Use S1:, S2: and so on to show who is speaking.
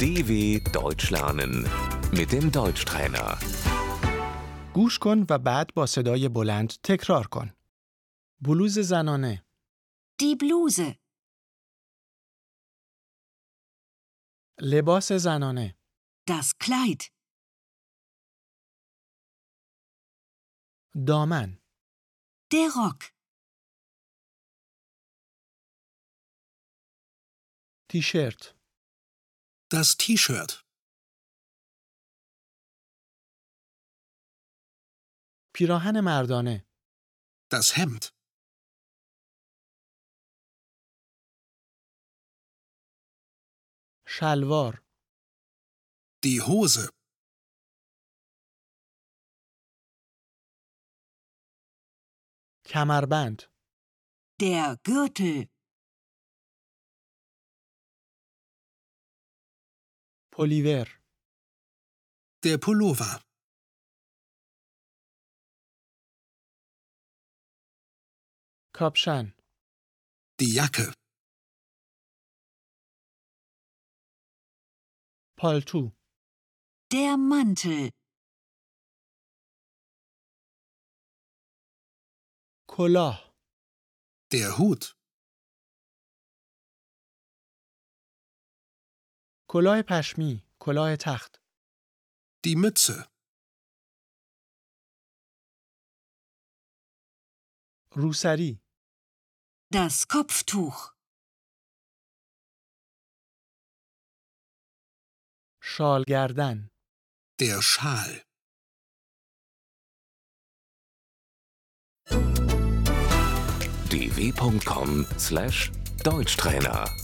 S1: DW Deutsch lernen mit dem Deutschtrainer.
S2: گوش کن و بعد با صدای بلند تکرار کن. بلوز زنانه،
S3: Die Bluse,
S2: لباس زنانه،
S3: das Kleid,
S2: دامن،
S3: der Rock,
S2: تیشرت،
S4: Das T-Shirt,
S2: پیراهن مردانه،
S4: das Hemd,
S2: شلوار،
S4: die Hose,
S2: کمربند،
S3: der Gürtel,
S2: پلیور،
S4: der Pullover,
S2: کاپشن،
S4: die Jacke,
S2: پالتو،
S3: der Mantel,
S2: کلاه،
S4: der Hut,
S2: کلاه پشمی، کلاه تخت،
S4: die Mütze,
S2: روسری،
S3: das Kopftuch,
S2: شالگردن،
S4: der Schal.
S1: dw.com/deutschtrainer